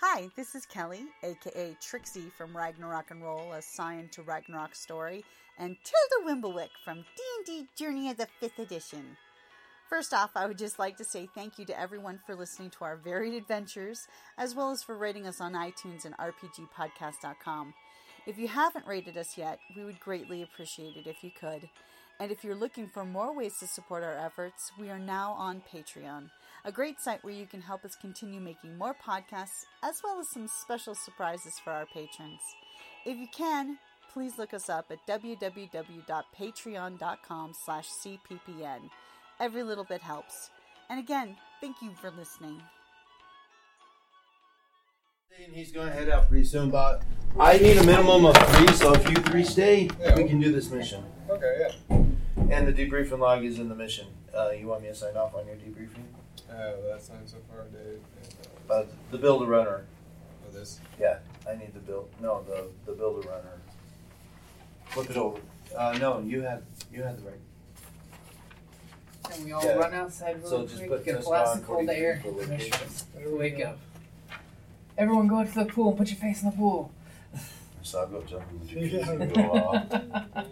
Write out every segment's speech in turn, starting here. Hi, this is Kelly, aka Trixie from Ragnarok and Roll, a Sign to Ragnarok story, and Tilda Wimblewick from D&D Journey of the 5th Edition. First off, I would just like to say thank you to everyone for listening to our varied adventures, as well as for rating us on iTunes and RPGpodcast.com. If you haven't rated us yet, we would greatly appreciate it if you could. And if you're looking for more ways to support our efforts, we are now on Patreon, a great site where you can help us continue making more podcasts as well as some special surprises for our patrons. If you can, please look us up at www.patreon.com/cppn. Every little bit helps. And again, thank you for listening. And He's gonna head out pretty soon, but I need a minimum of three, so if you three stay, Yeah. we can do this mission. Okay, And the debriefing log is in the mission. Uh, you want me to sign off on your debriefing? yeah. Uh, last time so far, Dave, and uh, Uh, the builder runner. for this. Yeah, I need the build. No, the the builder runner. Flip it over. Uh, no, you had you had the right. Can we all Yeah. run outside So really just put quick, get a this blast on of cold 42 air, for the finish weekend. this, wake up. Everyone go out to the pool and put your face in the pool. So I'll go jump in the jacuzzi. Go off.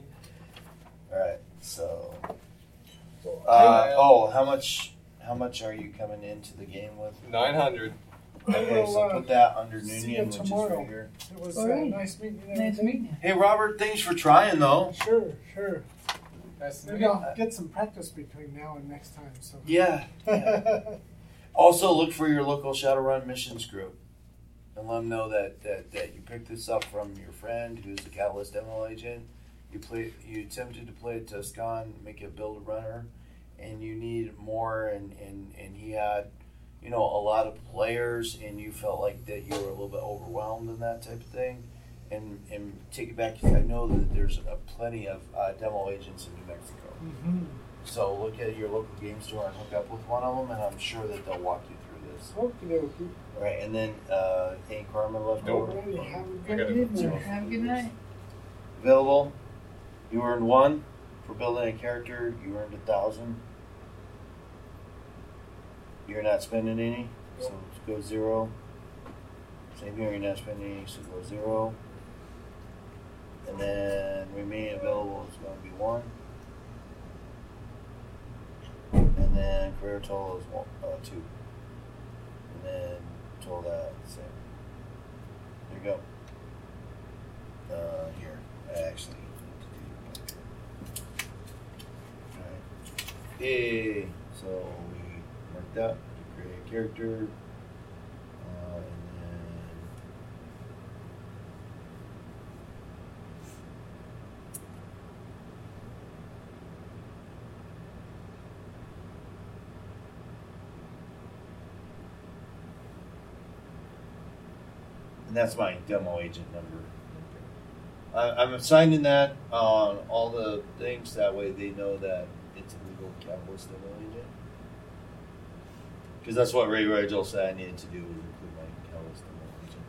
All right. So, uh, oh, how much how much are you coming into the game with? 900. Okay, so put that under uh, See you Noonian, which is tomorrow. bigger. It was All uh, right. nice meeting you. Nice meeting you. Hey, Robert, thanks for trying though. Sure, sure. That's Maybe I'll get some practice between now and next time. So. Uh, Yeah. Also, look for your local Shadowrun missions group and let them know that, that, that you picked this up from your friend who's a Catalyst demo agent. You play, you attempted to play it to Scan, make it build a runner, and you need more. And, and, and he had, you know, a lot of players, and you felt like that you were a little bit overwhelmed and that type of thing. And, and take it back. I know that there's a plenty of uh, demo agents in New Mexico. Mhm. So look at your local game store and hook up with one of them, and I'm sure that they'll walk you through this. Okey-dokey. All right, and then uh, any karma left Nope. over Alrighty, have a I good gotta- evening. Have a good night. available. You earned one for building a character. You earned a thousand. You're not spending any, so go zero. Same here. You're not spending any, so go zero. And then remain available is going to be one. And then career total is one, uh, two. And then total that same. There you go uh, here. I actually need to do Alright. Yay! So we marked up to create a character. Uh, and then and that's my demo agent number. I, I'm assigning that on all the things. That way, they know that it's a legal capitalist demo agent. Because that's what Ray Rigel said I needed to do was include my capitalist demo agent.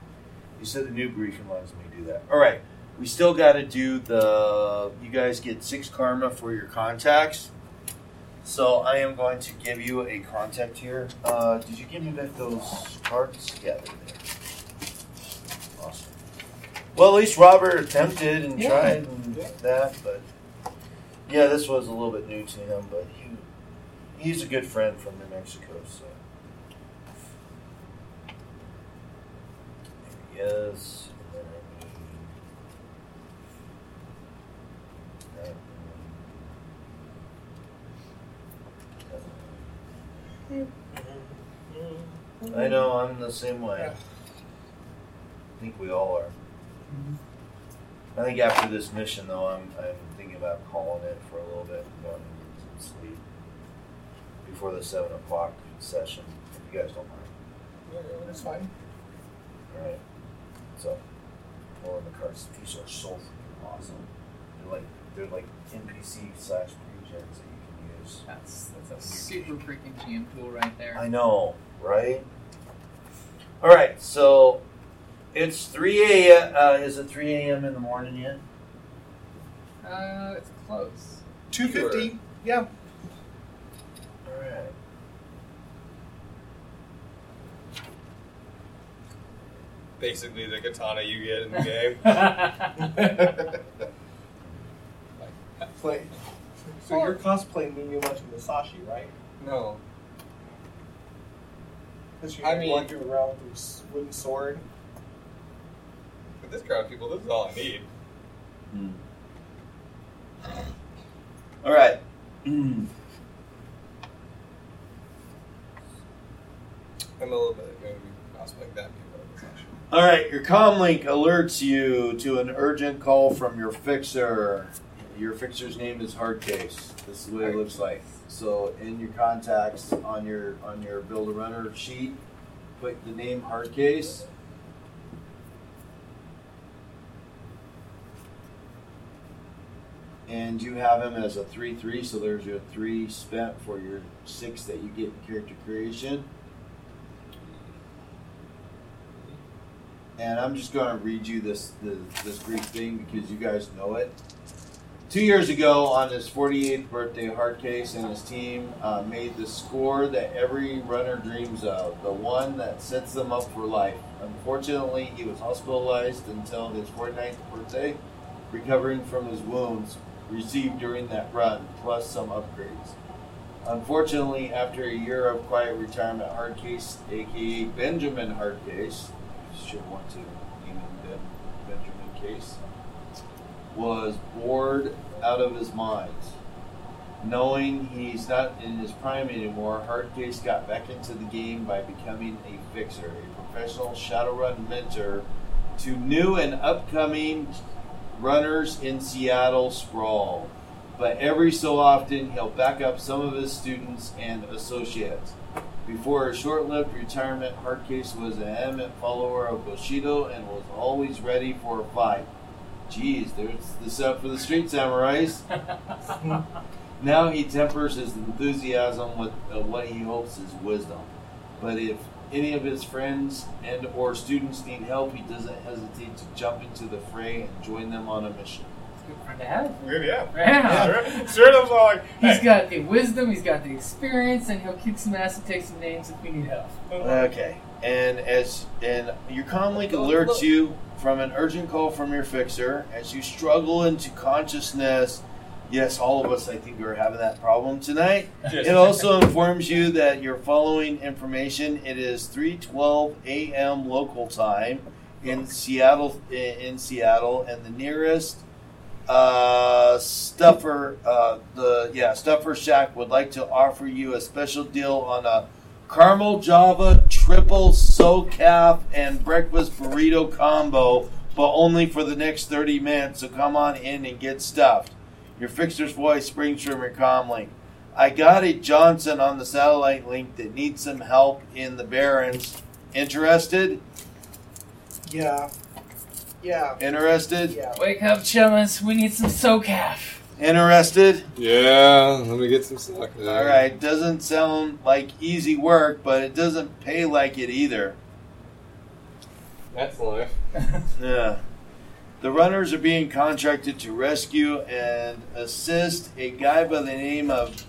You said the new briefing allows me to do that. All right, we still got to do the. You guys get six karma for your contacts. So I am going to give you a contact here. Uh, did you give me back those cards? Yeah, they're there. Awesome. Well, at least Robert attempted and Yeah. tried and Yeah. that, but yeah, this was a little bit new to him. But he, he's a good friend from New Mexico, so there he is. And then I need that one. That one. I know, I'm the same way. Yeah. I think we all are. I think after this mission, though, I'm, I'm thinking about calling it for a little bit and going to get some sleep before the 7 o'clock session, if you guys don't mind. Yeah, yeah, That's fine. All right. So, people in the cards. These are so freaking awesome. They're like they're like NPC slash pre-gens that you can use. That's, that's a super freaking GM tool right there. I know, right? All right, so it's three a.m. Uh, is it three a.m. in the morning yet? Uh, it's close. Two fifty. Yeah. All right. Basically, the katana you get in the game. Play. So you're cosplaying when you're watching the Sashi, right? no. Because you I mean- wander around with a s- wooden sword. With this crowd of people, this is all I need. All right. Hmm. I'm a little bit going to be cosplaying that people in this session. All right, your comlink alerts you to an urgent call from your fixer. Your fixer's name is Hardcase. This is what it looks like. So in your contacts on your on your build a runner sheet, put the name Hardcase. And you have him as a three three, so there's your three spent for your six that you get in character creation. and I'm just going to read you this, this this brief thing because you guys know it. Two years ago, on his 48th birthday, Hardcase and his team uh, made the score that every runner dreams of, the one that sets them up for life. Unfortunately, he was hospitalized until his 49th birthday, recovering from his wounds received during that run, plus some upgrades. Unfortunately, after a year of quiet retirement, Hardcase, aka Benjamin Hardcase, should want to name him Ben, Benjamin Case, was bored out of his mind. Knowing he's not in his prime anymore, Hardcase got back into the game by becoming a fixer, a professional Shadowrun mentor to new and upcoming runners in Seattle Sprawl. But every so often, he'll back up some of his students and associates. Before a short lived retirement, Hardcase was an adamant follower of Bushido and was always ready for a fight. Geez, there's the set for the street samurais. Now he tempers his enthusiasm with uh, what he hopes is wisdom. But if any of his friends and or students need help, he doesn't hesitate to jump into the fray and join them on a mission. Yeah. Yeah. Yeah. Sure, sure enough, I'm like, He's hey. got the wisdom, he's got the experience, and he'll kick some ass and take some names if we need help. Okay. And as and your comlink alerts you from an urgent call from your fixer as you struggle into consciousness. Yes, all of us I think are having that problem tonight. Yes. It also informs you that you're following information. It is 3:12 a.m. local time in Seattle in Seattle and the nearest uh, stuffer uh, the yeah, Stuffer Shack would like to offer you a special deal on a caramel java triple socaf and breakfast burrito combo, but only for the next 30 minutes. So come on in and get stuffed. Your fixer's voice springs from your comm link. I got a Johnson on the satellite link that needs some help in the Barrens. Interested? Yeah. Yeah. Interested? Yeah. Wake up, chummas, we need some SOCAF. Interested? Yeah, let me get some slack. All right. Doesn't sound like easy work, but it doesn't pay like it either. That's life. Yeah. The runners are being contracted to rescue and assist a guy by the name of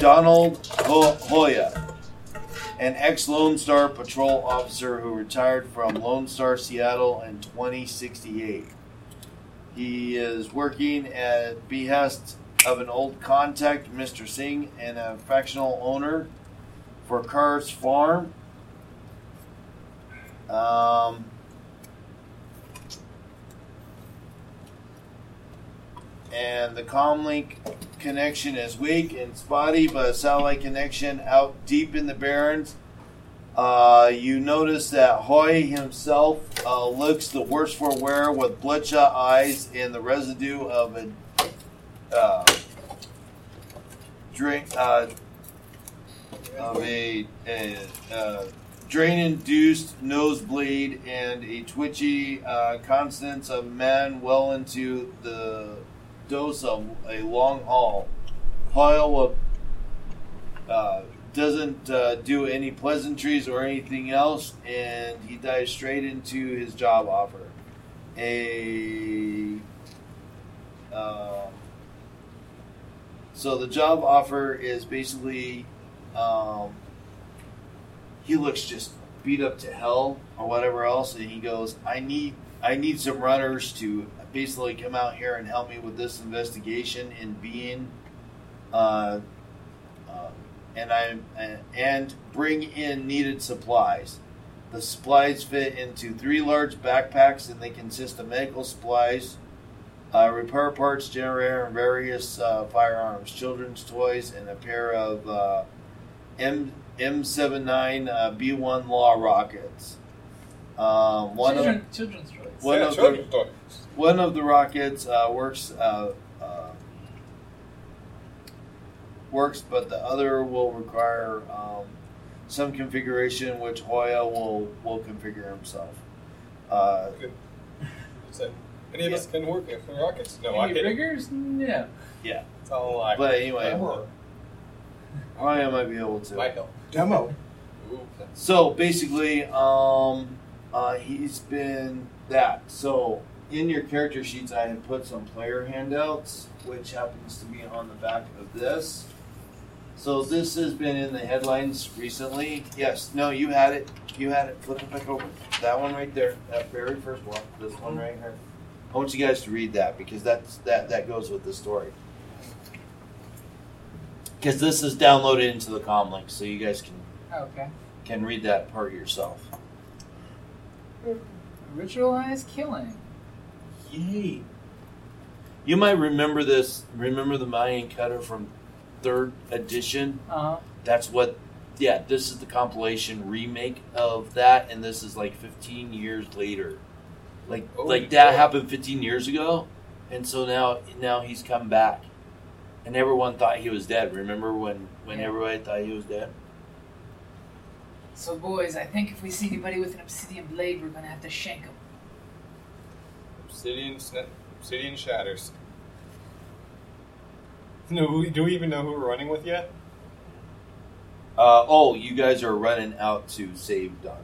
Donald Ho- Hoya, an ex Lone Star Patrol officer who retired from Lone Star Seattle in 2068. He is working at behest of an old contact, Mr. Singh, and a fractional owner for Carr's Farm. Um, and the comlink connection is weak and spotty, but a satellite connection out deep in the barrens. Uh, you notice that Hoy himself uh, looks the worse for wear with bloodshot eyes and the residue of a uh, drink uh, of a, a, uh drain induced nosebleed and a twitchy uh, constance of men well into the dose of a long haul. Hoyle uh, doesn't uh, do any pleasantries or anything else, and he dives straight into his job offer. A. Um, so the job offer is basically um, he looks just beat up to hell or whatever else, and he goes, "I need I need some runners to basically come out here and help me with this investigation in being, uh, uh, and I and bring in needed supplies." The supplies fit into three large backpacks, and they consist of medical supplies, uh, repair parts, generator, and various uh, firearms, children's toys, and a pair of uh, M M79 uh, B1 Law rockets. Um, one Children, of children's toys. one yeah, of children's the toys. one of the rockets uh, works uh, uh, works, but the other will require um, some configuration, which Hoya will will configure himself. Uh, It's like, any of us can work it for rockets. No, I Any can't. riggers? No. It's all a lie. but anyway, Demo. Hoya might be able to. Might help. Demo. Ooh, So basically, um, uh, he's been that. So in your character sheets, I have put some player handouts, which happens to be on the back of this. So this has been in the headlines recently. Yes, no, you had it. You had it. Flip it back over. That one right there. That very first one. This one right here. I want you guys to read that because that's that that goes with the story. Because this is downloaded into the comlink, so you guys can Okay. can read that part yourself. Ritualized killing. Yay. You might remember this. Remember the Mayan cutter from third edition. Uh huh. That's what. Yeah, this is the compilation remake of that, and this is like 15 years later. Like Oh, like that yeah. happened 15 years ago, and so now now he's come back, and everyone thought he was dead. Remember when when Yeah. everybody thought he was dead? So, boys, I think if we see anybody with an obsidian blade, we're gonna have to shank them. Obsidian, sna- obsidian shatters. No, we- do we even know who we're running with yet? Uh, oh, you guys are running out to save Donnie.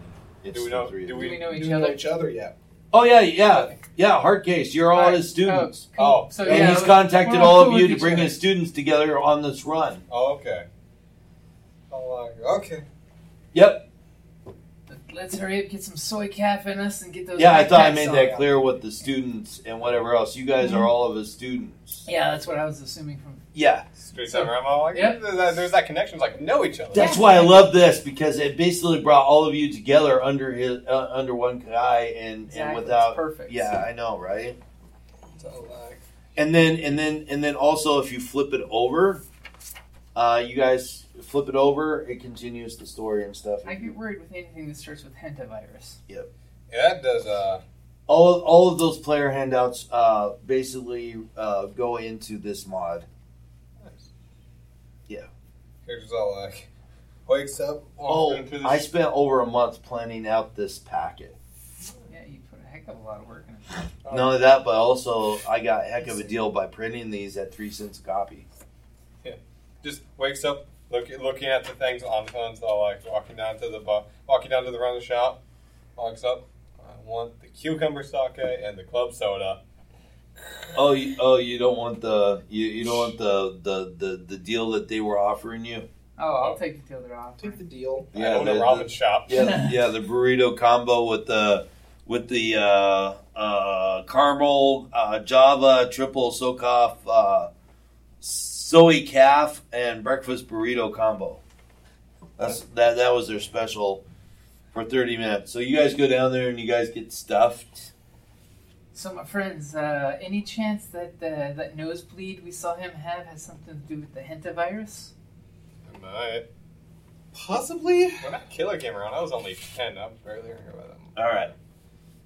It's Do we the know? three of Do you. Do we we? know We each don't know other? each other yet. Oh yeah, yeah, yeah. Hard case. You're all, All right. his students. Oh, Oh, so and yeah, he's we- contacted we're all cool of you with to each bring other. his students together on this run. Oh, okay. Oh, uh, okay. Yep. Let's hurry up, get some soy calf in us, and get those. Yeah, I thought I backpacks made on. that clear with the students and whatever else. You guys Mm-hmm. are all of his students. Yeah, that's what I was assuming from. Yeah. Straight So- so, I'm all like, Yep. there's that, there's that connection. It's like, know each other. That's why I love this because it basically brought all of you together under his uh, under one guy and Exactly, and it's without perfect. Yeah, I know, right? It's all like, And then and then and then also if you flip it over, uh, you guys flip it over, it continues the story and stuff. I get worried with anything that starts with hentavirus. yeah, that does, uh, all all of those player handouts uh, basically uh, go into this mod. nice. Yeah. Character's all like, wakes up, Oh, walking through the I spent over a month planning out this packet. Yeah, you put a heck of a lot of work in it. Oh. Not only that, but also I got a heck of a deal by printing these at three cents a copy. just wakes up look, looking at the things on phones all like walking down to the bu- walking down to the runner shop walks up I want the cucumber sake and the club soda Oh, you, oh, you don't want the you, you don't want the, the the the deal that they were offering you. Oh, I'll take the other off. Take the deal. I own the, a ramen the- shop yeah, yeah, the burrito combo with the with the uh, uh, caramel uh, Java triple socoff uh, soy calf and breakfast burrito combo. That's that. That was their special for thirty minutes. So you guys go down there and you guys get stuffed. So, my friends, uh, any chance that the, that nosebleed we saw him have has something to do with the hentavirus? Am I- Possibly. when that killer came around I was only 10 I'm barely hearing about them All right.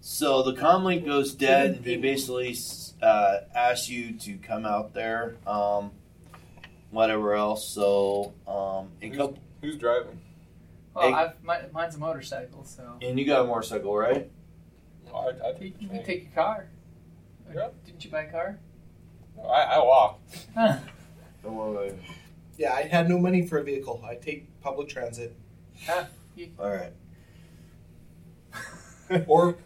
So the comlink goes dead, and they basically uh, ask you to come out there, um, whatever else. So um, a couple. who's driving Well, Hey. I've, my, mine's a motorcycle, so And you got a motorcycle, right? I, I take you can take your car. Or Yeah. Didn't you buy a car? I, I walk. Huh. Don't worry about it. Yeah, I had no money for a vehicle. I take public transit. All right. Or,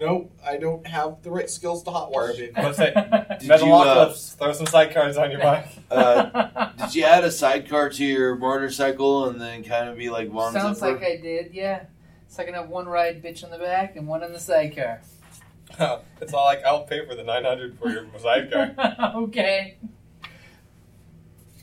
no, I don't have the right skills to hotwire a vehicle. Let's say Did you, uh, Metalocalypse. Throw some sidecars on your bike. uh, Did you add a sidecar to your motorcycle and then kind of be like Von Sounds Zipper? like I did, yeah. So I can have one ride bitch on the back and one on the sidecar. it's all like I'll pay for the nine hundred for your sidecar. okay.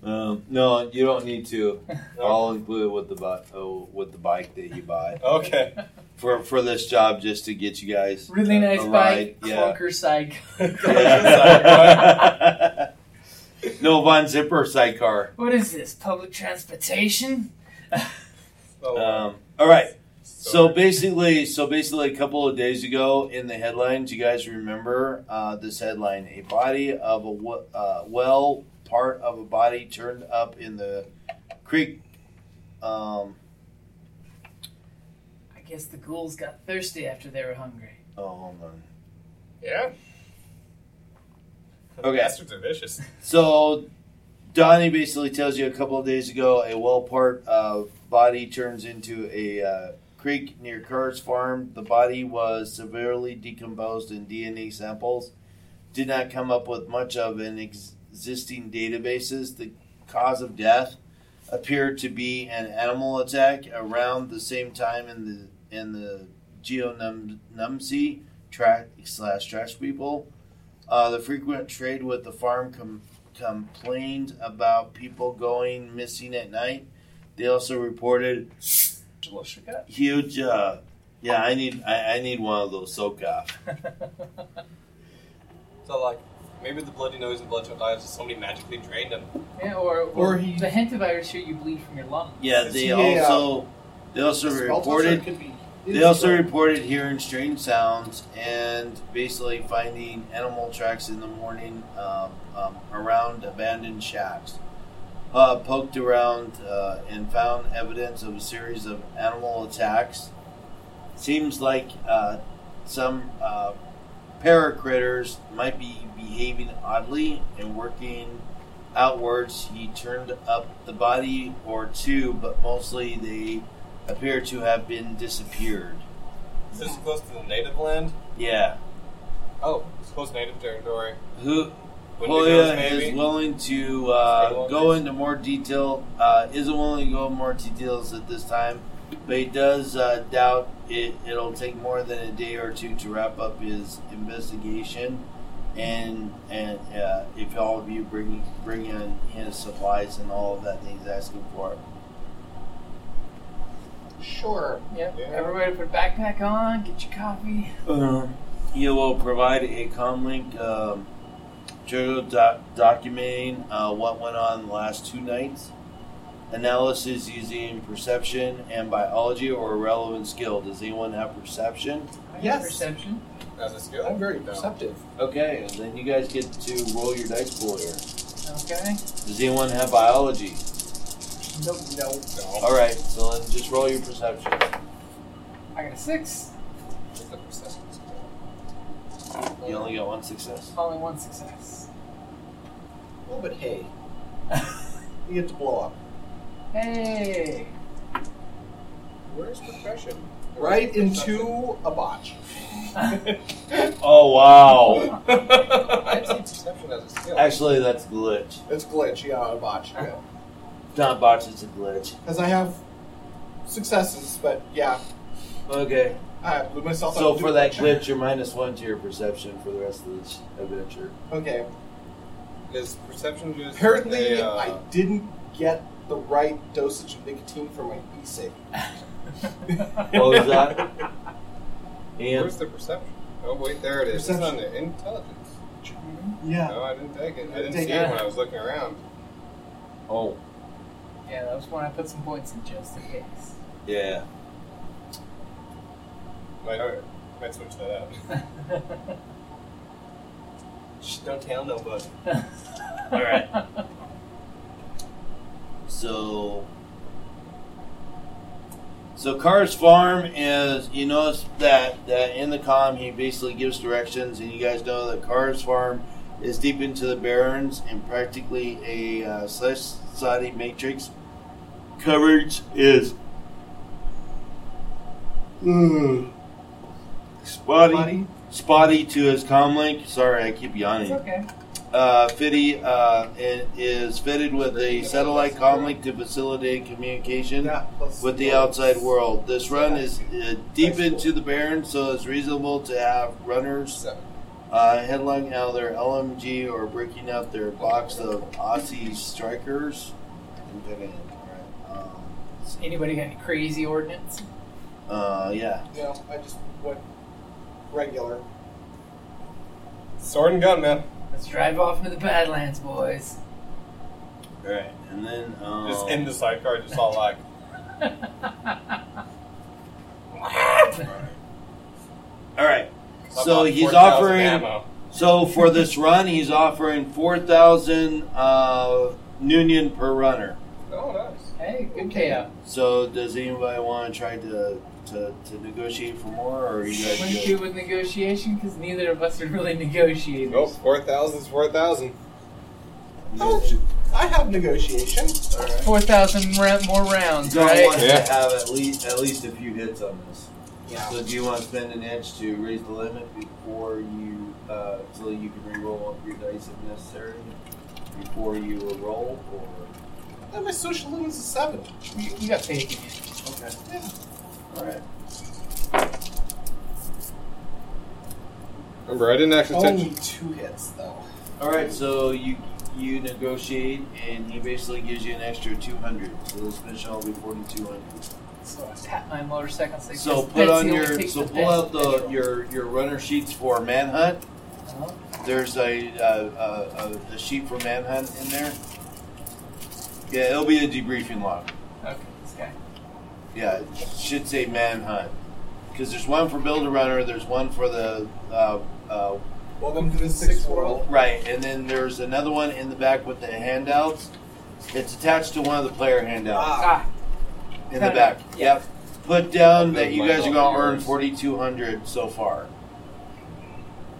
um, no, you don't need to. No. I'll include it with the bi- oh, with the bike that you buy Okay. for for this job just to get you guys Really a- nice a bike, ride. Yeah. clunker sidecar. Yeah. no Von Zipper sidecar. What is this? Public transportation? So, Um, all right. So basically, so basically, a couple of days ago in the headlines, you guys remember uh, this headline: a body of a w- uh, well, part of a body turned up in the creek. Um, I guess the ghouls got thirsty after they were hungry. oh, hold on. yeah. Okay. Bastards are vicious. So Donnie basically tells you a couple of days ago a well part of body turns into a uh, creek near Carr's farm. The body was severely decomposed in DNA samples. Did not come up with much of an ex- existing databases. The cause of death appeared to be an animal attack around the same time in the in the Geonumsea track slash trash people. Uh, the frequent trade with the farm com- complained about people going missing at night. They also reported huge. Uh, yeah, I need I, I need one of those soak off. So like maybe the bloody nose and bloodshot eyes just somebody magically drained them. Yeah, or, Or he- the hentavirus here you bleed from your lungs. Yeah, Is they he a, also they also Spell tester reported could be they also reported hearing strange sounds and basically finding animal tracks in the morning um, um, around abandoned shacks. Uh, poked around uh, and found evidence of a series of animal attacks. Seems like uh, some uh, paracritters might be behaving oddly and working outwards. He turned up the body or two, but mostly they appear to have been disappeared. Is this close to the native land? Yeah. Oh, it's close to native territory. Who Wendigos, Hoya is maybe? willing to uh, Stay go on into more detail, uh, isn't willing to go into more details at this time, but he does uh, doubt it, it'll take more than a day or two to wrap up his investigation. And and uh, if all of you bring bring in his supplies and all of that that he's asking for, Sure. Yep. Yeah. Everybody put a backpack on, get your coffee. Um, you will provide a comlink um, journal doc- documenting uh, what went on the last two nights. Analysis using perception and biology or relevant skill. Does anyone have perception? I have Yes. Perception. As a skill. I'm very No. perceptive. Okay, then you guys get to roll your dice pool here. Okay. Does anyone have biology? No, no. No. All right, so then just roll your perception. I got a six. It's a perception skill. You only got one success. Only one success. Well, Oh, but hey, you get to blow up. hey. Where's profession? Right into a botch. Oh wow! I'd it's say perception as a skill. Actually, that's glitch. glitch, yeah, a botch. Not bots. It's a glitch. Because I have successes, but yeah, Okay. I blew myself up. So with for a that glitch, you're minus one to your perception for the rest of this adventure. Okay. Is perception just Apparently, a, uh, I didn't get the right dosage of nicotine for my e-cig. What was that? And Where's the perception? Oh wait, there it is. It's on the intelligence. Yeah. No, I didn't take it. I didn't Take see it. it when I was looking around. oh Yeah, that was when I put some points in just in case. yeah, Might, might switch that out. Shh, don't tell nobody. right. so So Cars Farm is you notice that that in the com he basically gives directions, and you guys know that Cars Farm is deep into the barrens and practically a uh, slash society matrix. Coverage is mm, spotty, Buddy? spotty to his comlink. Sorry, I keep yawning It's okay. uh, fitty, uh, it is fitted with a satellite comlink to facilitate communication That plus with the four. outside world. This run is uh, deep into the barren, so it's reasonable to have runners Seven. uh, headlining out their LMG or breaking out their box of Aussie strikers. And put it in, right? Um, Does anybody got any crazy ordinance? uh, yeah. No, I just went regular. Sword and gun, man. Let's drive off into the Badlands, boys. All right. And then. Um, Just in the sidecar, just all like, all right. I'm So on he's 4,000 offering. ammo. So for this run, he's offering four thousand uh, Noonian per runner. Oh, nice. Hey, good payout. So does anybody want to try to, to, to negotiate for more, or are you Wouldn't guys? do Good? with negotiation because neither of us are really negotiators. Nope, 4,000 is 4,000. I have negotiation. All right. Four thousand ra- more rounds, So I want right? to Yeah. have at least at least a few hits on this. Yeah. So do you want to spend an edge to raise the limit before you uh, so you can re-roll up your dice if necessary before you will roll, or And my social limit is a seven. You, you got paid. okay, Yeah. all right. Remember, I didn't actually touch Only two hits though. All right, so you you negotiate, and he basically gives you an extra two hundred. So this mission will be forty two hundred. So I tap my motorcycle. and say, So "Guess put Betsy on only your takes so the pull best out the petrol." your your runner sheets for manhunt. Uh-huh. There's a a, a, a sheet for manhunt in there. Yeah, it'll be a debriefing log. Okay, this guy. Yeah, it should say manhunt because there's one for builder runner. There's one for the uh, uh, Welcome to the sixth world. Right, and then there's another one in the back with the handouts. It's attached to one of the player handouts Ah, in the got it. back. Yep. Put down Those that you might guys are not going be to earn yours. 4,200 so far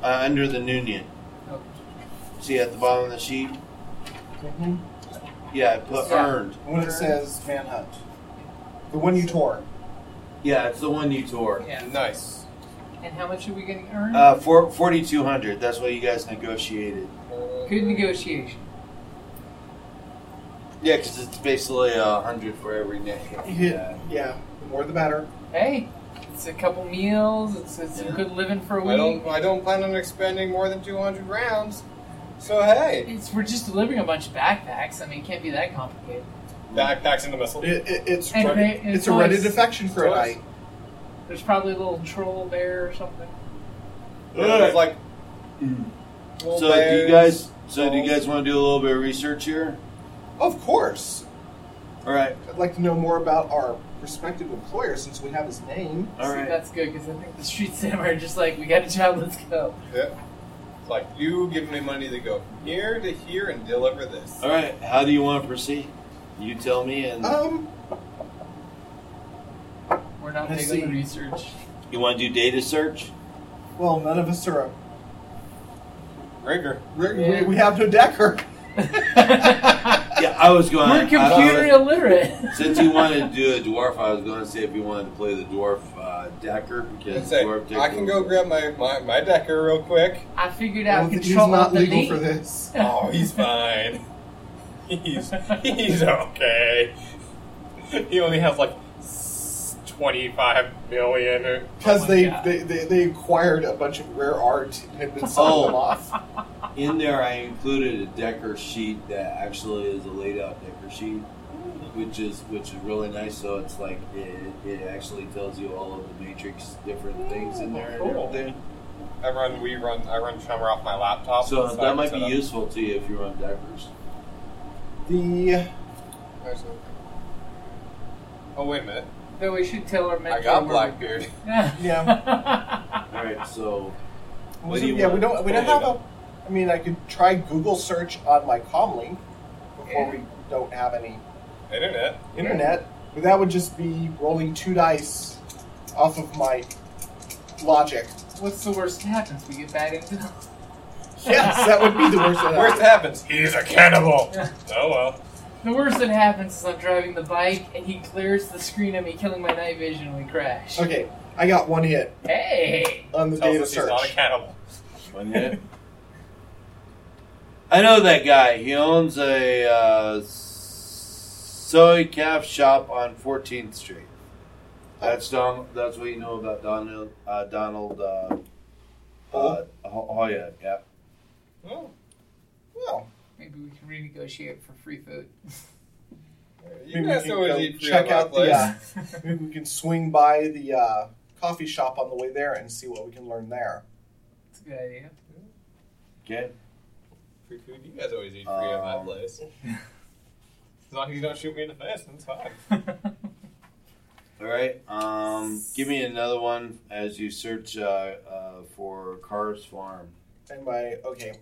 uh, under the Noonian. Okay. See at the bottom of the sheet? Mm-hmm. Yeah, put Yeah. earned. The one that says manhunt. The one you tore. Yeah, it's the one you tore. yeah. Nice. And how much are we going to earn? Uh, four- 4,200. That's what you guys negotiated. Good negotiation. Yeah, because it's basically a 100 for every name. Yeah. Yeah. The more the better. Hey, it's a couple meals. It's, it's some Yeah. good living for a I week. don't, I don't plan on expending more than 200 rounds. So, hey. It's we're just delivering a bunch of backpacks. I mean, it can't be that complicated. Backpacks in the missile. It, it, it's And ready- they- it's it's a always- Reddit affection for a always- night. There's probably a little troll bear or something. Yeah, it's like. Mm. So little do you bears. guys? So do you guys want to do a little bit of research here? Of course. All right, I'd like to know more about our prospective employer since we have his name. all See, right. that's good because I think the street samurai are just like, we got a job, let's go. It's like, you give me money to go from here to here and deliver this. All right, how do you want to proceed? You tell me, and Um, We're not Let's big on see. research. you want to do data search? well, none of us are. Rigger. We're, Yeah. we, we have no decker. We're Yeah, I was going. computer I- illiterate. since you wanted to do a dwarf, I was going to say if you wanted to play the dwarf uh, Decker because Say, dwarf Decker I can go grab my, my, my Decker real quick. I figured Well, out he's control not the legal leak. for this. Oh, he's fine. He's he's okay. He only has like s- twenty-five million. Or, Because Oh my they, God. they, they, they acquired a bunch of rare art and have been selling them Oh, off. in there I included a Decker sheet that actually is a laid out Decker sheet, which is which is really nice. So it's like it, it actually tells you all of the matrix different things in there and Cool. everything. I run. We run. I run Chummer off my laptop. So I that can might set be up- useful to you if you run Deckers. The Actually. Oh wait a minute! Though we should tell our mentor. I got where Blackbeard. we- Yeah. All right, so What was do it- you yeah, want? we don't we don't Totally have a. I mean, I could try Google search on my Comlink before we don't have any Internet. internet. But that would just be rolling two dice off of my logic. What's the worst that happens? We get bad intel. Yes, that would be the worst. that Worst happened. happens. He's a cannibal. oh well. The worst that happens is I'm driving the bike and he clears the screen at me, killing my night vision, and we crash. Okay, I got one hit Hey! on the Tells data us he's not a search. cannibal. One hit. I know that guy. He owns a uh, soy calf shop on 14th Street. That's Don. That's what you know about Donald. Uh, Donald. Uh, uh, Ho- Hoya. Yeah. Well, Well, Maybe we can renegotiate for free food. you maybe guys we know what can he go check out the. place. Uh, maybe we can swing by the uh, coffee shop on the way there and see what we can learn there. It's a good idea. Okay. Free food. You guys always eat free at my Uh, Um, place. As long as you don't shoot me in the face, that's fine. All right. Um, give me another one as you search uh, uh, for Carr's Farm. And my okay,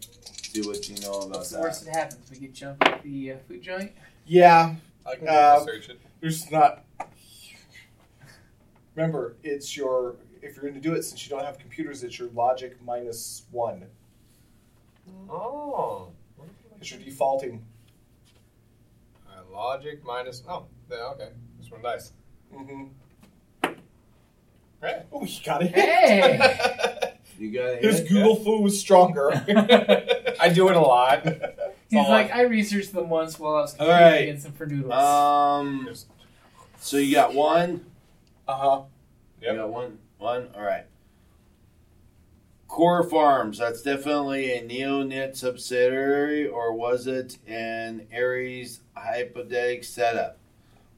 See what you know about What's the that. worst that happens? We get jumped at the uh, food joint? yeah, I can Uh, research it. there's not. Remember, it's your if you're going to do it since you don't have computers, it's your logic minus one Oh. because you're defaulting. Alright, logic minus. Oh, yeah, okay. This one dice. Mm-hmm. Right. Oh, he got it. Hey! You got it. His Google foo was stronger. I do it a lot. He's all like, I researched them once while I was competing Alright. against them for noodles. Um. So you got one. Uh huh. Yep. You got one. One. All right. Core Farms. That's definitely a neonit subsidiary, or was it an Aries hypothetic setup?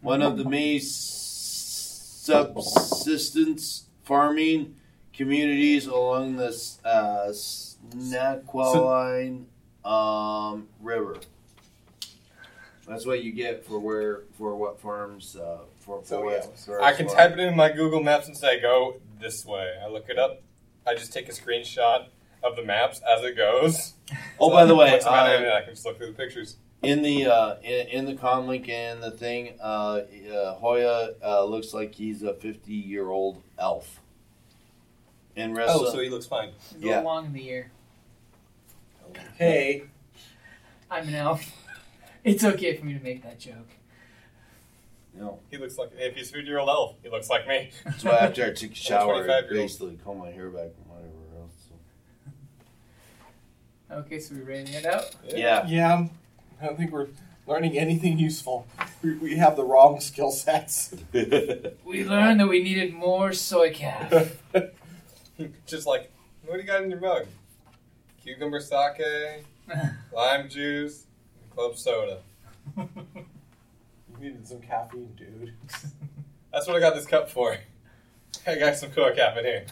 One of the main s- subsistence farming communities along the S- uh, Snoqualmie um, River. That's what you get for where for what farms uh, for, for So, what yeah. for I can farm. type it in my Google Maps and say go this way. I look it up. I just take a screenshot of the maps as it goes. Oh, by the way, Once I'm out of uh, it, I can just look through the pictures. in the uh, in, in the com link and the thing, uh, uh, Hoya uh, looks like he's a fifty year old elf. And rest Oh, so he looks fine. He's a yeah. little long in the ear. Hey, I'm an elf. It's okay for me to make that joke. no, He looks like if he's a year old elf, he looks like me. so after I took a shower, I 25-year-old. basically comb my hair back and whatever else. so- Okay, so we ran that out. Yeah, yeah, I don't think we're learning anything useful. We, we have the wrong skill sets. We learned that we needed more soy calf. just like, what do you got in your mug? Cucumber sake, lime juice, club soda. You needed some caffeine, dude. That's what I got this cup for. I got some cocoa cap in here.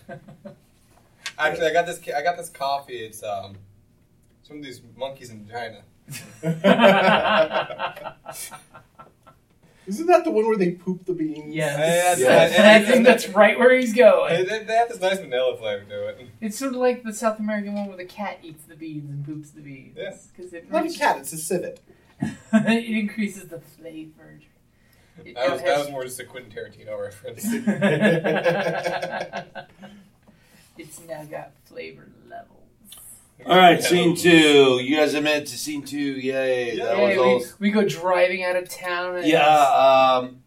Actually, I got this. I got this coffee. It's um, some of these monkeys in China. Isn't that the one where they poop the beans? Yes. Yeah, that's- And I think that's right where he's They, going. they, they have this nice vanilla flavor to it. It's sort of like the South American one where the cat eats the beans and poops the beans. Yes. Because it, Not a cat, it's a civet. it increases the flavor. It- That was, it that has- was more just a Quentin Tarantino reference. it's now got flavor levels. All right, scene two. You guys admit to scene two. Yay! That Yay, was all. we, we go driving out of town. And Yeah. Um,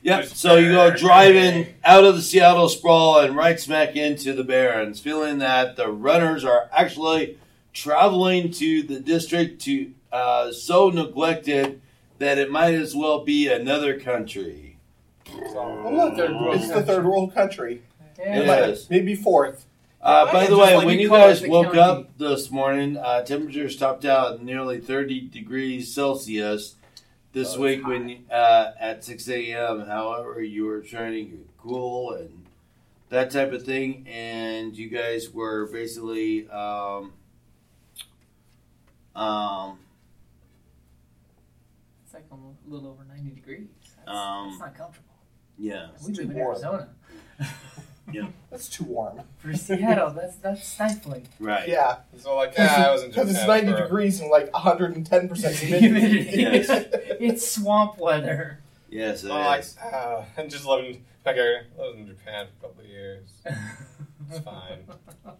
yep. So you go driving out of the Seattle sprawl and right smack into the Barrens, feeling that the runners are actually traveling to the district to uh, so neglected that it might as well be another country. Oh, look, Third world it's the third world country. It Yeah. is. Maybe fourth. Uh, by the way, Just like when you you call guys it the woke county. up this morning, uh, temperatures topped out at nearly 30 degrees Celsius this Oh, week when you- uh, at 6 a.m. However, you were trying to get cool and that type of thing, and you guys were basically um, um, It's like almost a little over 90 degrees. That's, Um, that's not comfortable. yeah. We live in warm. Arizona. That's too warm. For Seattle, that's, that's stifling. Right. Yeah, So like, ah, I was in because Japan. it's 90 for- degrees and like 110% Humidity. humidity. Yes. it's swamp weather. Yes, it I'm like, is. ah, I just lived in, like, I lived in Japan for a couple of years. It's fine. At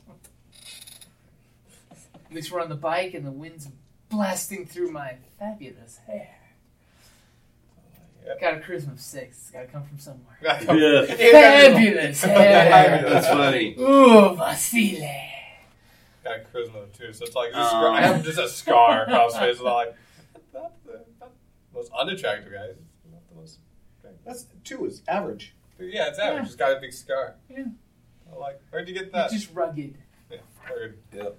least we're on the bike and the wind's blasting through my fabulous hair. Yep. Got a charisma of six. It's gotta come from somewhere. Yeah. Fabulous hair. That's funny. Ooh, Vasile. Got charisma too, so it's like this Oh. scar- I have just a scar across my face, and I'm like, not the, not the most unattractive guy. Not the most. That's two is average. But yeah, it's average. Just got a big scar. Yeah. I'm like, where'd you Uh, get that? It's just rugged. Yeah, weird. Yep.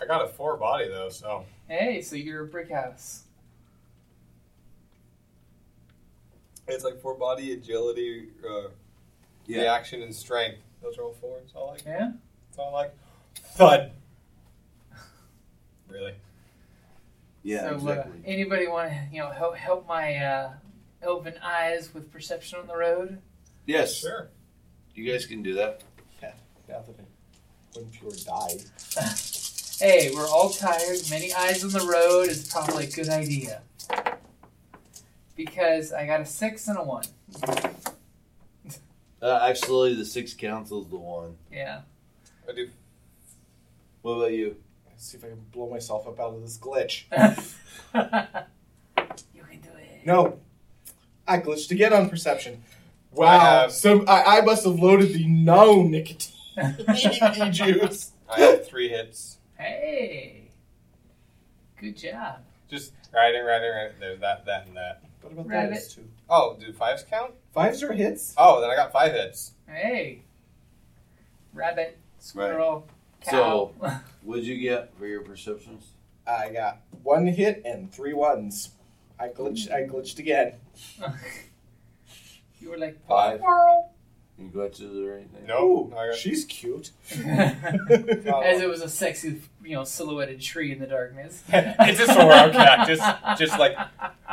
I got a four body though, so Hey, so you're a brick house. it's like four body agility, uh, Yeah. reaction, and strength. Those are all four. It's all like Yeah? it's all like thud. really? Yeah, so, exactly. uh, anybody want to, you know, help, help my uh, elven eyes with perception on the road? yes, Sure. you guys can do that. Now that I wouldn't pure die. Hey, we're all tired. Many eyes on the road is probably a good idea. Because I got a six and a one. Uh, actually, the six council's the one. Yeah. I do. What about you? Let's see if I can blow myself up out of this glitch. you can do it. No. I glitched again on perception. I Wow. have- so I, I must have loaded the no nicotine juice. I have three hits. Hey, good job. Just riding, riding, riding. There's that, that, and that. What about Rabbit. those two? Oh, do fives count? Fives are hits? Oh, then I got five hits. Hey, rabbit, squirrel, cow. So- What'd you get for your perceptions? I got one hit and three ones. I glitched I glitched again. you were like Five. Squirrel. Any glitches or anything? Nope. Ooh, I got she's cute. As it was a sexy, you know, silhouetted tree in the darkness. it's a Sauro cactus, just like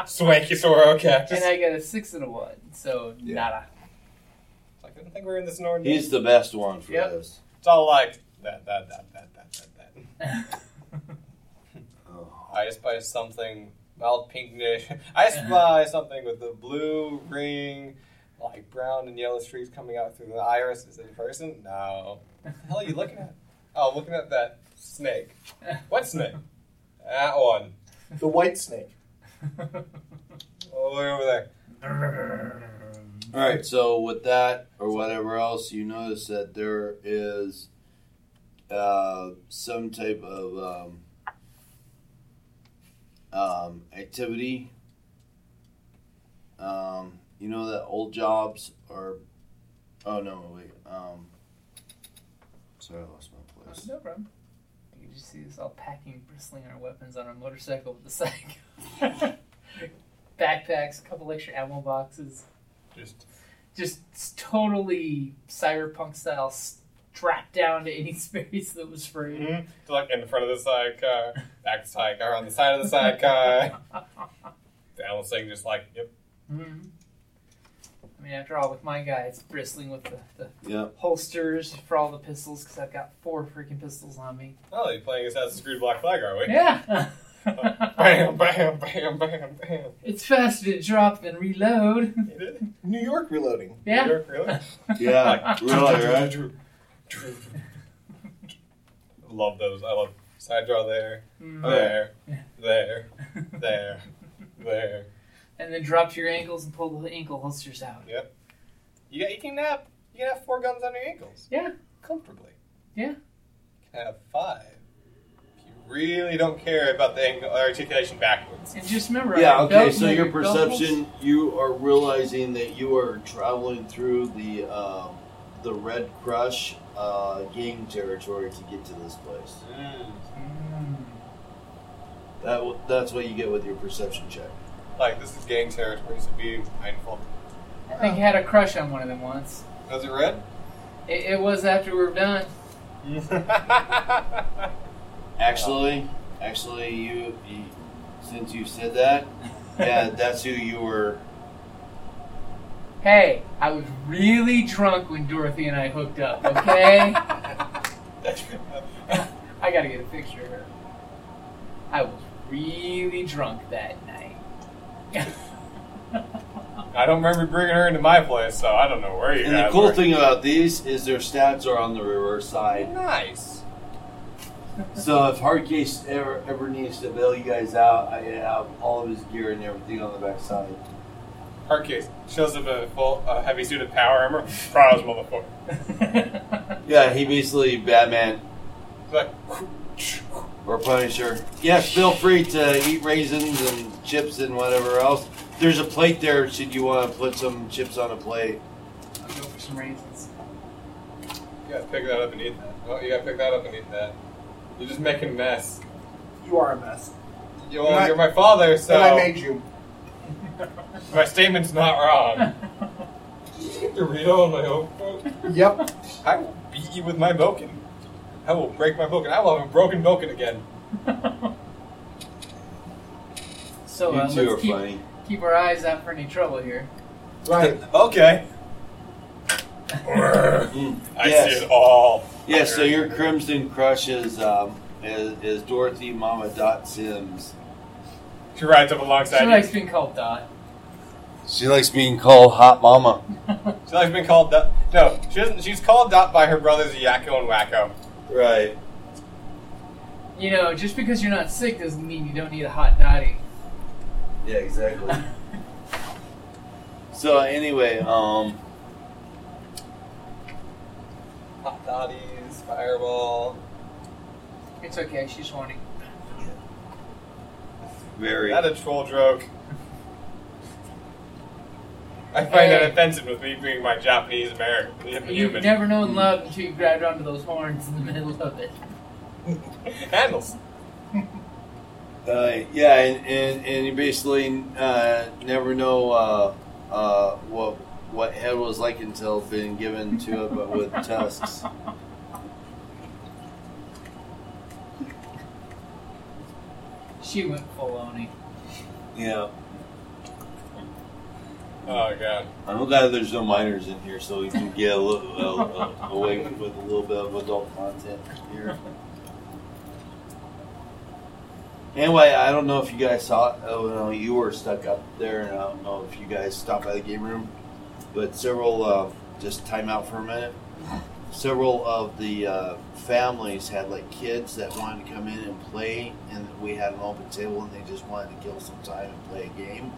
swanky Sauro cactus. and I got a six and a one, so Yeah. nada. Like, I don't think we're in this Nordic. He's the best one for Yep. this. It's all like that, that, that, that, that, that, that. Oh. I spy something mild pinkish. I spy something with the blue ring, like brown and yellow streaks coming out through the iris. Is it a person? No. What the hell are you looking at? Oh, I'm looking at that snake. What snake? That one. The white snake. All the way over there. All right. So with that or whatever else, you notice that there is uh, some type of um, um, activity. Um, you know that old jobs are. Oh no! Wait. Um, sorry, I lost my place. No problem. You just see us all packing, bristling our weapons on our motorcycle with the sack. Backpacks, a couple extra ammo boxes. Just just totally cyberpunk style strapped down to any space that was free. mhm, like in front of the sidecar, back to the sidecar, on the side of the sidecar. Balancing, just like yep. Mhm. I mean, after all, with my guy, it's bristling with the, the Yeah. holsters for all the pistols because I've got four freaking pistols on me. Oh, you're playing Assassin's Creed Black Flag, are we? Yeah! Bam, bam, bam, bam, bam. it's faster to drop than reload. You did? New York reloading. Yeah. You're- Really? Yeah. really, right? love those. I love side draw there, Mm. there, Oh, there, there, there. And then drop to your ankles and pull the ankle holsters out. You, got, you can have you can have four guns on your ankles. Yeah. comfortably. Yeah. You can have five. If you really don't care about the ankle articulation backwards. And just remember, Yeah, I okay, don't so know your belt holster- perception, you are realizing that you are traveling through the um, the Red Crush uh, gang territory to get to this place. Mm. That w- That's what you get with your perception check. Like this is gang territory, so be mindful. I think I had a crush on one of them once. Was it red? It, it was after we were done. Actually, actually, you, you since you said that, yeah, that's who you were. Hey, I was really drunk when Dorothy and I hooked up, okay? I gotta get a picture of her. I was really drunk that night. I don't remember bringing her into my place, so I don't know where you And the guys cool were. thing about these is their stats are on the reverse side. Nice. So if Hardcase ever ever needs to bail you guys out, I have all of his gear and everything on the back side. Hard case. Shows up in a full uh, heavy suit of power armor. Proud as motherfucker. Yeah, he basically Batman It's Like, or Punisher. Yes, feel free to eat raisins and chips and whatever else. There's a plate there. Should you want to put some chips on a plate? I'll go for some raisins. you gotta pick that up and eat that. Oh, you gotta pick that up and eat that. You're just making a mess. You are a mess. You, well, And I- you're my father, so and I made you. my statement's not wrong. Did you get Dorito on my own boat? Yep. I will beat you with my boken. I will break my boken. I will have a broken boken again. So uh, you two are let's keep, funny. keep our eyes out for any trouble here. Right. Okay. Mm. I Yes. see it all. Yeah, so your Crimson Crush is, um, is, is Dorothy Mama Dot Sims. She rides up She alongside likes you. being called Dot. She likes being called Hot Mama. She's always been called Dot. No, she doesn't. She's called Dot by her brothers Yakko and Wacko. Right. You know, just because you're not sick doesn't mean you don't need a hot dotty. Yeah, exactly. so anyway, um, Hot Dotties, Fireball. It's okay, she's horny. very. Not a troll joke. I find that Hey. offensive with me being my Japanese American You've human. never known love until you grabbed onto those horns in the middle of it. Handles. Uh, yeah, and, and, and you basically uh, never know uh, uh, what what head was like until being given to it, but with tusks. She went full oni. Yeah, Oh god. I'm glad there's no minors in here, so we can get a little uh, uh, away with a little bit of adult content here. Anyway, I don't know if you guys saw. Oh no, you were stuck up there, and I don't know if you guys stopped by the game room, but several. Uh, just time out for a minute. Several of the uh, families had like kids that wanted to come in and play, and we had an open table, and they just wanted to kill some time and play a game.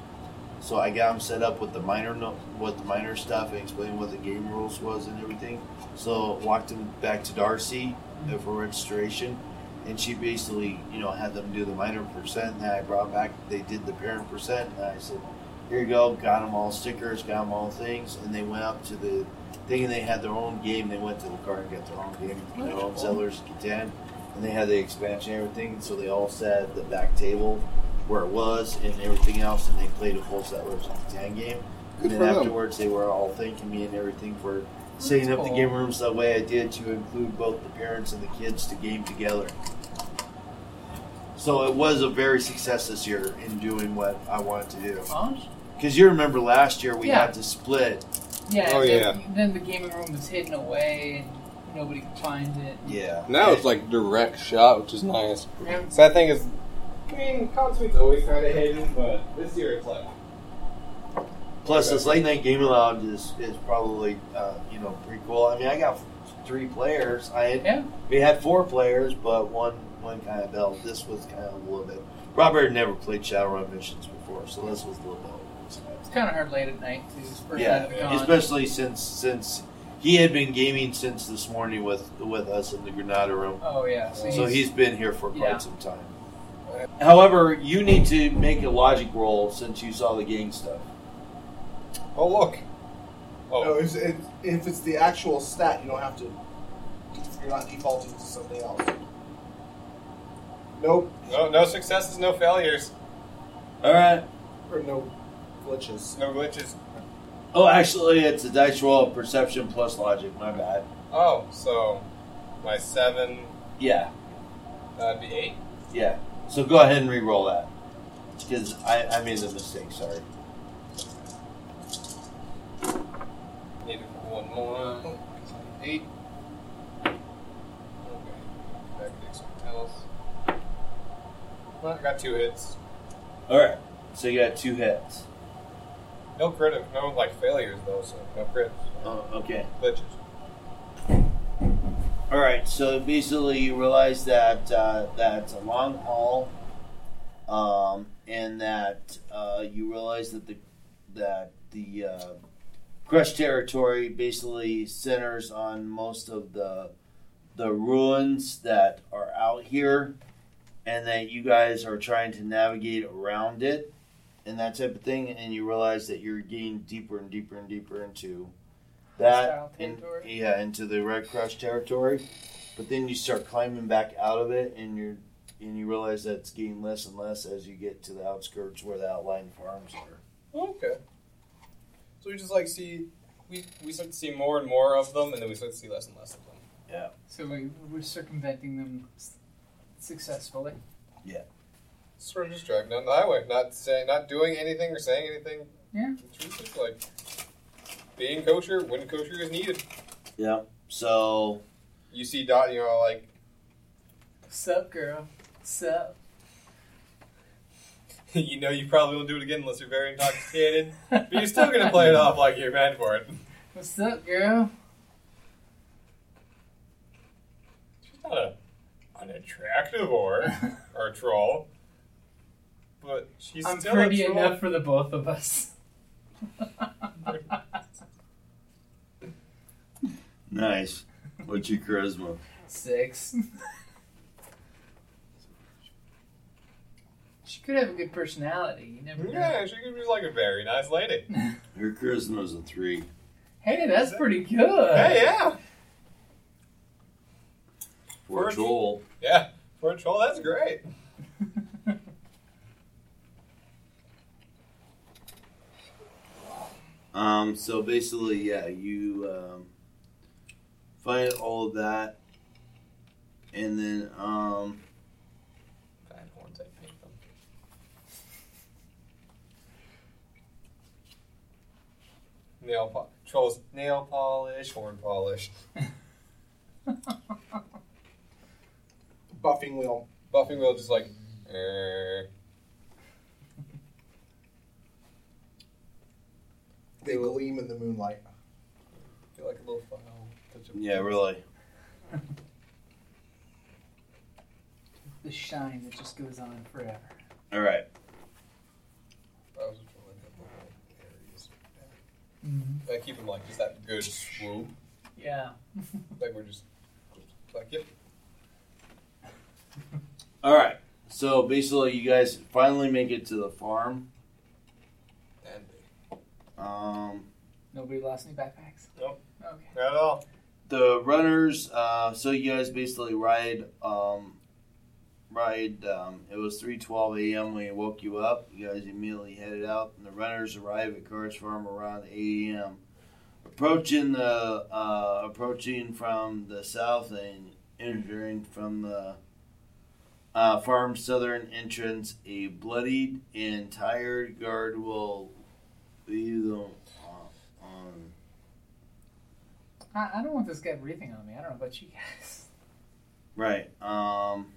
So I got them set up with the minor, no- with the minor stuff, and explained what the game rules was and everything. So walked them back to Darcy uh, for registration, and she basically, you know, had them do the minor percent. And then I brought back, they did the parent percent, and I said, "Here you go, got them all stickers, got them all things." And they went up to the thing, and they had their own game. They went to the car and got their own game, their own sellers contend, and they had the expansion, and everything. So they all sat at the back table where it was and everything else, and they played a full Settlers of Catan game. and Good for then them. afterwards, they were all thanking me and everything for setting up the cool. game rooms the way I did to include both the parents and the kids to game together. So it was a very success this year in doing what I wanted to do. Huh? Because you remember last year we Yeah. had to split. Yeah. Oh, and yeah. Then, then the gaming room was hidden away and nobody could find it. Yeah. Now it's like direct shot, which is nice. Yeah. Sad thing is, I mean, Consuete's always kind of hated, but this year it's like. Plus, this late night gaming lounge is, is probably uh, you know pretty cool. I mean, I got three players. I had, Yeah. we had four players, but one one kind of bell. This was kind of a little bit. Robert had never played Shadowrun missions before, so this was a little bit. It's kind of hard late at night to spur Yeah, that up gone. especially since since he had been gaming since this morning with with us in the Granada room, Oh yeah. So, so he's been here for quite Yeah. some time. However, you need to make a logic roll since you saw the gang stuff. Oh look. No, Oh, if, if, if it's the actual stat, you don't have to. You're not defaulting to something else. Nope, no, no successes, no failures, All right. or no glitches. no glitches. Oh, actually, it's a dice roll of perception plus logic. My bad. Oh, so my seven, Yeah, that'd be eight. yeah. So go ahead and re-roll that because I, I made the mistake. Sorry. Need one more. Eight. Okay. Back to something else. Well, I got two hits. All right. So you got two hits. No critic, no like failures though, so no crits, Oh, okay. glitches. All right. So basically, you realize that uh, that's a long haul, um, and that uh, you realize that the that the uh, crush territory basically centers on most of the the ruins that are out here, and that you guys are trying to navigate around it and that type of thing. And you realize that you're getting deeper and deeper and deeper into that, Hostile in- territory. yeah, into the red crush territory. But then you start climbing back out of it, and you're and you realize that it's getting less and less as you get to the outskirts where the outlying farms are. Okay. So we just like see we we start to see more and more of them, and then we start to see less and less of them. So we, we're circumventing them s- successfully. Sort of just driving down the highway, not saying, not doing anything or saying anything. Yeah. Intrusive, like being kosher when kosher is needed. Yeah. So You see Dot, you know, like Sup, girl? Sup? you know you probably won't do it again unless you're very intoxicated, but you're still gonna play it off like you're mad for it. What's up, girl? She's not a unattractive or or a troll, but she's I'm still pretty a troll. enough for the both of us. nice. What's your charisma? Six. she could have a good personality. You never know. Yeah, she could be like a very nice lady. Your charisma is a three. Hey, that's pretty good. Hey, yeah, For For a a troll. yeah. For a troll, that's great. Um, so basically, yeah, you um, find all of that, and then um, Fine horns, I paint them. Nail po- trolls, nail polish, horn polish, Buffing wheel. buffing wheel, just like. eh. They gleam in the moonlight. Feel like a little fun. Touch of- yeah, really, The shine that just goes on forever. all right. If I was a troll, I'd have the whole areas back. I keep them like just that good swoop, Mm-hmm. Yeah. like we're just like yep. All right. So basically, you guys finally make it to the farm. And Um, Nobody lost any backpacks? Nope. Okay. not at all. the runners. Uh, so you guys basically ride. Um, ride. Um, it was three twelve a.m. when we woke you up. You guys immediately headed out, and the runners arrive at Carr's Farm around eight a.m. Approaching the uh, approaching from the south and entering from the uh, farm southern entrance, a bloodied and tired guard will leave them uh, on I, I don't want this guy breathing on me. I don't know about you guys. Right. Um.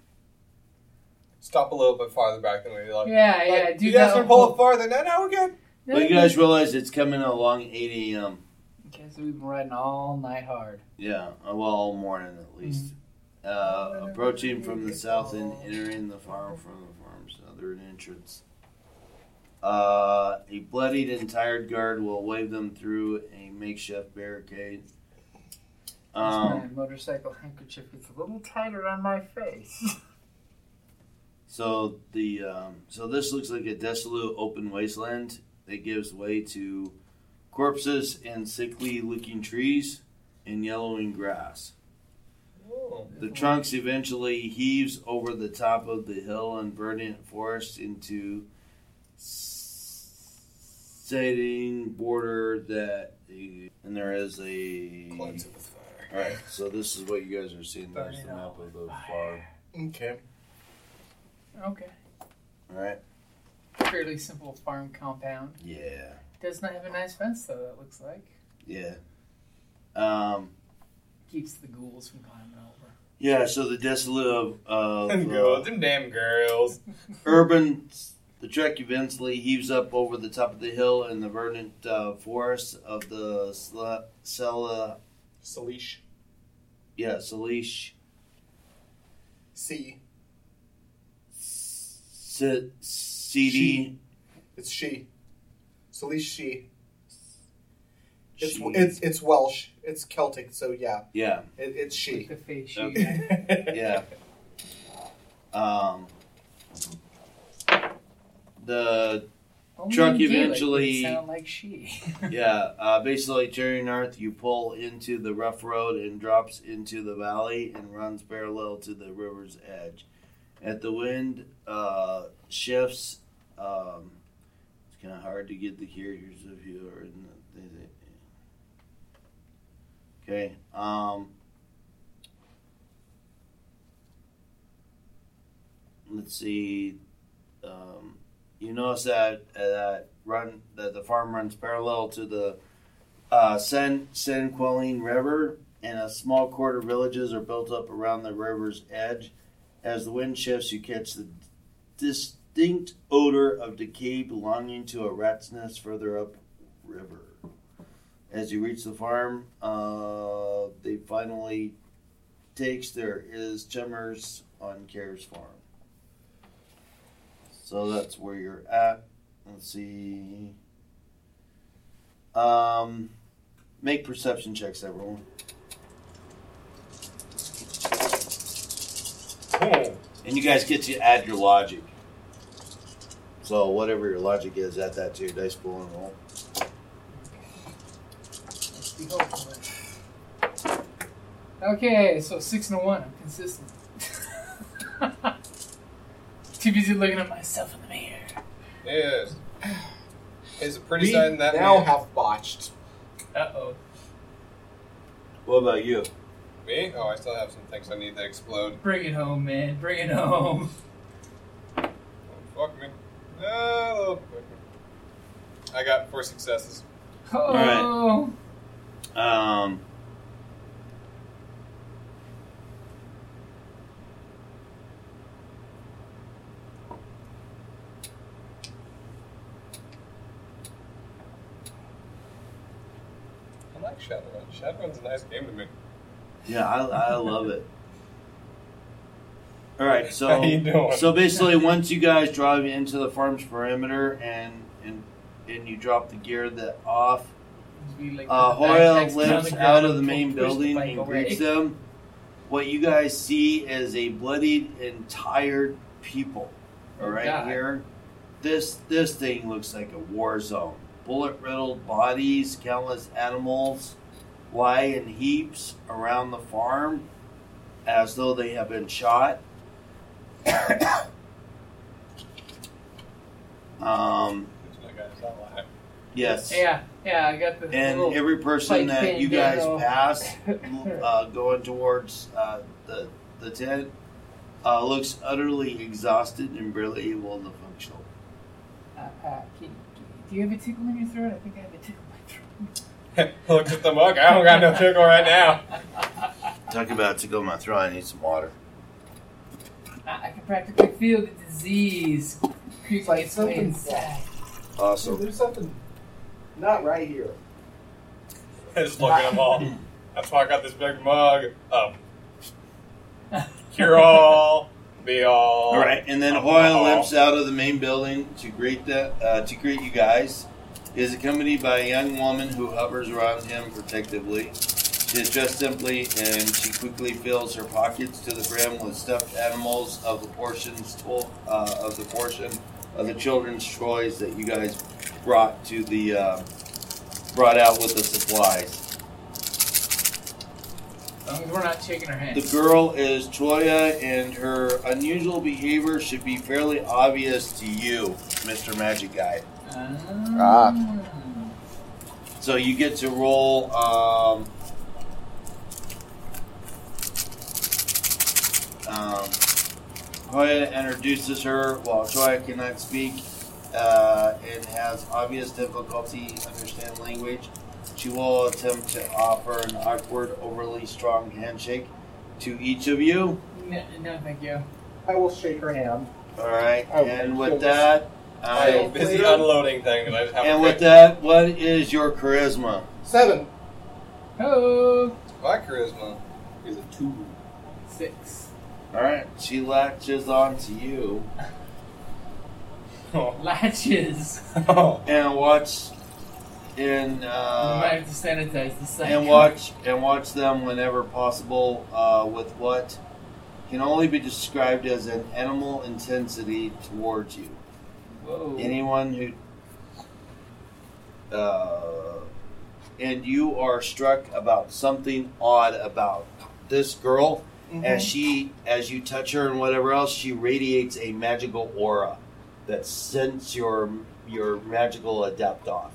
Stop a little bit farther back than we like. Yeah, Uh, like, yeah. Do you guys that. want to pull it farther? No, no, we're good. No, But you guys realize it's coming along 8 a.m. Okay, so we've been riding all night hard. Yeah. uh, Well, all morning at least. Uh, approaching from the south and entering the farm from the farm's southern entrance. Uh, a bloodied and tired guard will wave them through a makeshift barricade. That's my Um, motorcycle handkerchief is a little tighter on my face. so the um, so this looks like a desolate open wasteland that gives way to corpses and sickly-looking trees and yellowing grass. Oh. The trunks eventually heaves over the top of the hill and verdant forest into setting border that and there is a Cleanse it with fire. all right so this is what you guys are seeing there's the Burn it map of the farm Okay. Okay. all right Fairly simple farm compound. yeah Does not have a nice fence though. That looks like yeah um keeps the ghouls from climbing over. yeah so the desolate of, of Them uh, girls, them damn girls. urban The trek eventually heaves up over the top of the hill and the verdant uh, forest of the Sla- Sela, Salish. yeah, Salish, C. C- City. It's she. Salish she. It's She- it's it's Welsh. It's Celtic. So yeah, yeah, it, it's she. The face she Okay. yeah. Um, the Only Truck in Gaelic would eventually- Sound like she. yeah, uh, basically, Cherry North, you pull into the rough road and drops into the valley and runs parallel to the river's edge. At the wind uh, shifts, um, it's kind of hard to get the characters if you are in the. They, they, okay. Um, let's see. Um, you notice that uh, that run that the farm runs parallel to the uh, San San Quilin River, and a small quarter villages are built up around the river's edge. As the wind shifts, you catch the distinct odor of decay belonging to a rat's nest further up river. As you reach the farm, uh, they finally takes there is Chemmers on Care's farm. So that's where you're at. Let's see. Um, make perception checks, everyone. And you guys get to add your logic. So whatever your logic is, add that to your dice pool and roll. Let's be hopeful. Okay, so six and a one. I'm consistent. Too busy looking at myself in the mirror. Yes. It's a pretty We sight in that now man. have botched. Uh oh. What about you? Me? Oh, I still have some things I need to explode. Bring it home, man. Bring it home. Oh, fuck me. Ah, a little quicker. I got four successes. Oh. right. Um, I like Shadowrun. Shadowrun's a nice game to me. yeah, I, I love it. All right, so How you doing? So basically, once you guys drive into the farm's perimeter and and and you drop the gear that off, We, like, uh, put the backpacks Hoyle down limps the ground out of and the main push the building bike and away. greets them. What you guys see is a bloodied and tired people. All Oh, right God. here, this this thing looks like a war zone. Bullet riddled bodies, countless animals lie in heaps around the farm, as though they have been shot. um. Which my guy's not alive. Yes. Yeah, yeah. I got the And little every person Like that you guys Bandano. pass uh, going towards uh, the, the tent uh, looks utterly exhausted and barely able to function. Uh, uh, can, can- do you have a tickle in your throat? I think I have a tickle in my throat. Looked at the mug. I don't got no tickle right now. Talk about to go my throat. I need some water. I, I can practically feel the disease creeping like its way something- inside. So Awesome. there's something not right here. Just look at them all. That's why I got this big mug of cure all, be all. All right, and then Hoyle limps out of the main building to greet the uh, to greet you guys. He is accompanied by a young woman who hovers around him protectively. She is dressed simply, and she quickly fills her pockets to the brim with stuffed animals of the portions to- uh, of the portion of the children's toys that you guys brought to the uh, brought out with the supplies. As long as we're not shaking our The hands. girl is Choya, and her unusual behavior should be fairly obvious to you, Mr. Magic Guy. Ah. So you get to roll. Um, um, Choya introduces her while Choya cannot speak uh, and has obvious difficulty understand language. She will attempt to offer an awkward, overly strong handshake to each of you. No, no, thank you. I will shake her hand. All right, Oh, and my with goodness. that, I'm busy Plato. unloading things. I just have And a with pick. that, what is your charisma? Seven. Oh, My charisma is a two. six. All right, she latches onto you Latches. Oh. and watch in we might uh, have to sanitize the site. and watch and watch them whenever possible uh, with what can only be described as an animal intensity towards you. Whoa. Anyone who uh, and you are struck about something odd about this girl Mm-hmm. as she as you touch her and whatever else she radiates a magical aura that sends your your magical adept off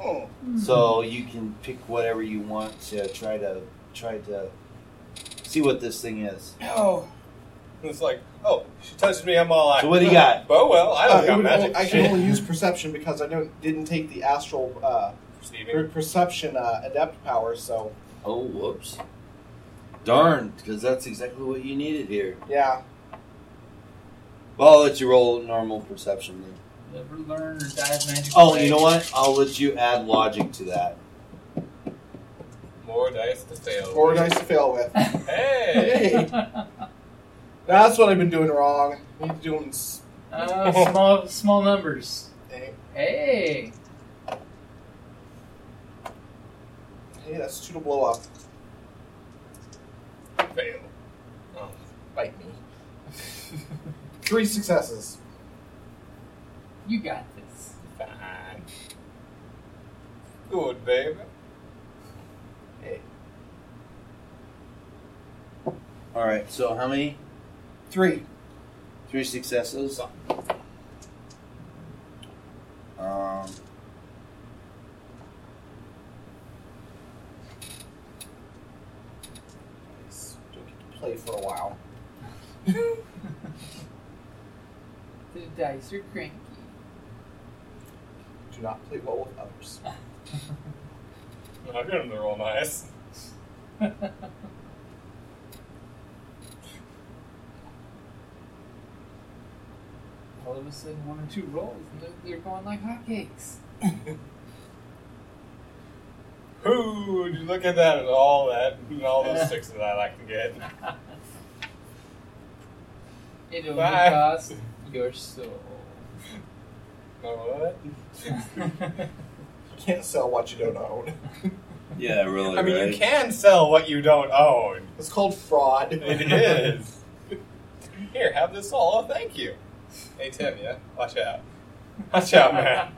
Oh. so you can pick whatever you want to try to try to see what this thing is Oh, It's like, oh, she touches me, I'm all like. So what do you got? Oh, well, I don't Uh, it got would magic. only- I can shit. only use perception because I don't didn't take the astral uh, per- Perceiving. perception uh, adept power. So oh whoops darn because that's exactly what you needed here yeah, well i'll let you roll normal perception then Never learn or dive magic. oh away. you know what i'll let you add logic to that More dice to fail. four dice to fail with. Hey! Hey, that's what I've been doing wrong. Need to doing. s- Uh, small, small numbers. Hey, Hey, hey, that's two to blow up. fail. Oh. Bite me. Three successes. you got this. Fine. Good, baby. all right so how many Three. Three successes. Um, Don't get to play for a while. The dice are cranky. Do not play well with others. I got them to roll nice. All of a sudden, one or two rolls, and they're- they're going like hotcakes. Who would you look at that and all that and all those sixes I like to get? It only Bye. costs your soul. My what? You can't sell what you don't own. yeah, really. I mean, you can sell what you don't own. It's called fraud. It is. Here, have this all. Oh, thank you. Hey, Tim, yeah? Watch out. Watch out, man.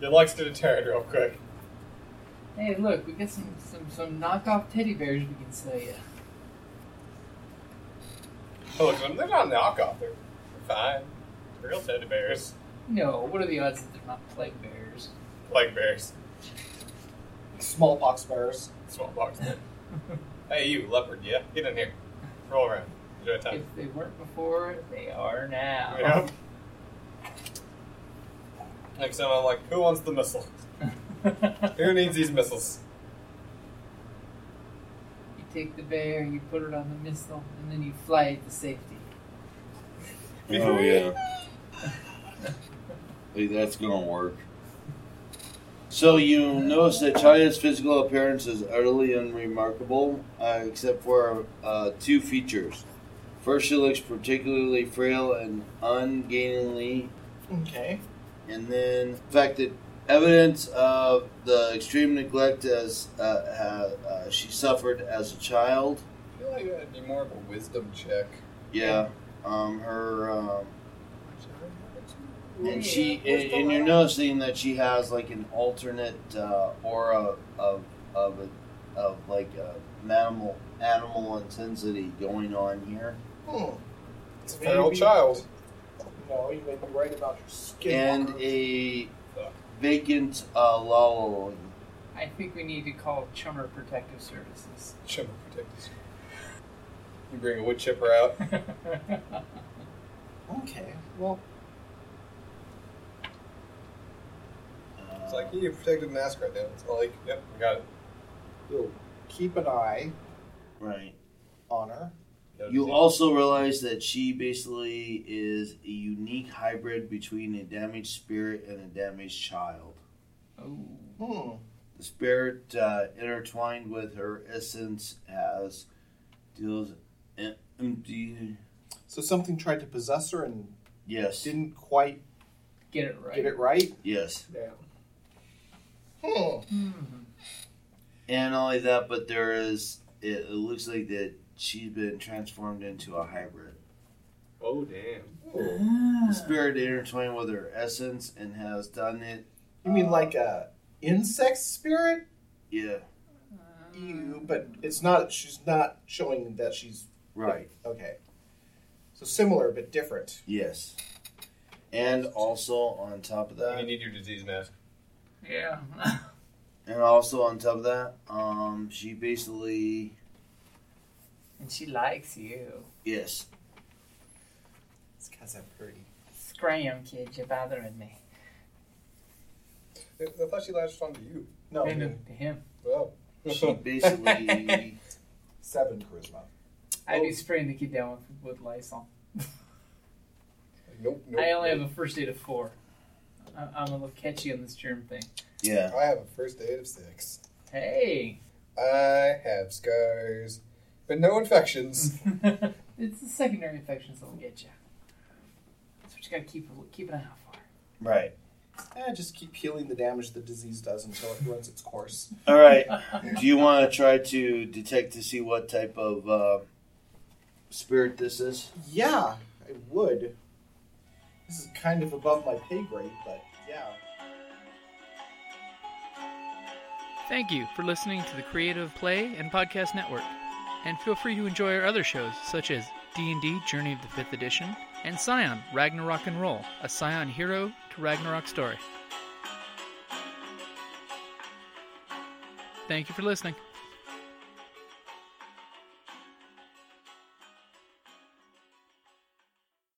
Your luck's gonna turn real quick. hey, look, we got some, some, some knockoff teddy bears we can sell you. I Oh, look at them. They're not knockoff. They're they're fine. Real teddy bears. No, what are the odds that they're not plague bears? Like bears. Smallpox bears. Small box. hey, you, leopard, yeah? Get in here. Roll around. Enjoy If time. they weren't before, they are now. You know? Next time I'm like, who wants the missile? Who needs these missiles? you take the bear, you put it on the missile, and then you fly it to safety. Oh yeah. Hey, that's gonna work. So you notice that Chaya's physical appearance is utterly unremarkable, uh, except for uh, two features. First, she looks particularly frail and ungainly Okay. and then the fact that evidence of the extreme neglect as uh, uh, uh, she suffered as a child. I feel like that'd be more of a wisdom check. Yeah, um, her um, Yeah. and she and, and you're noticing that she has like an alternate uh, aura of of a, of like a animal animal intensity going on here, Hmm. It's a Maybe- feral child. No, you may be right about your skin. and a vacant uh, lulling. I think we need to call Chummer Protective Services. Chipper protectors. You bring a wood chipper out. okay. Well, uh, It's like, you protected a mask right now. It's like, yep, we got it. you'll keep an eye right. on her. You also realize that she basically is a unique hybrid between a damaged spirit and a damaged child. Oh, Hmm. The spirit uh, intertwined with her essence as deals um, empty. So something tried to possess her and Yes. didn't quite Get it right. get it right. Yes. Yeah. Hmm. And not only that, but there is. It, it looks like that she's been transformed into a hybrid. Oh damn. Hmm. The spirit intertwined with her essence and has done it. You Uh. mean like a insect spirit? Yeah. Ew, but it's not. She's not showing that she's Right. okay. So similar but different. Yes. And also on top of You that, need your disease mask. Yeah. and also on top of that, um, she basically and she likes you. yes, It's because I'm pretty. Scram, kid, you're bothering me. I I thought she latched onto you. No, No, no, to him. Well. she basically seven charisma. I'd be spraying the kid down with, with Lysol. nope, nope. I only have a first aid of four. I, I'm a little catchy on this germ thing. yeah. I have a first aid of six. Hey! I have scars, but no infections. it's the secondary infections that'll get you. That's what you gotta keep keep an eye out for. Right. Eh, just keep healing the damage the disease does until it runs its course. All right. Do you want to try to detect to see what type of uh, spirit this is? Yeah, I would. This is kind of above my pay grade, but yeah. Thank you for listening to the Creative Play and Podcast Network. And feel free to enjoy our other shows such as D&D Journey of the 5th Edition and Scion Ragnarok and Roll, a Scion hero to Ragnarok story. Thank you for listening.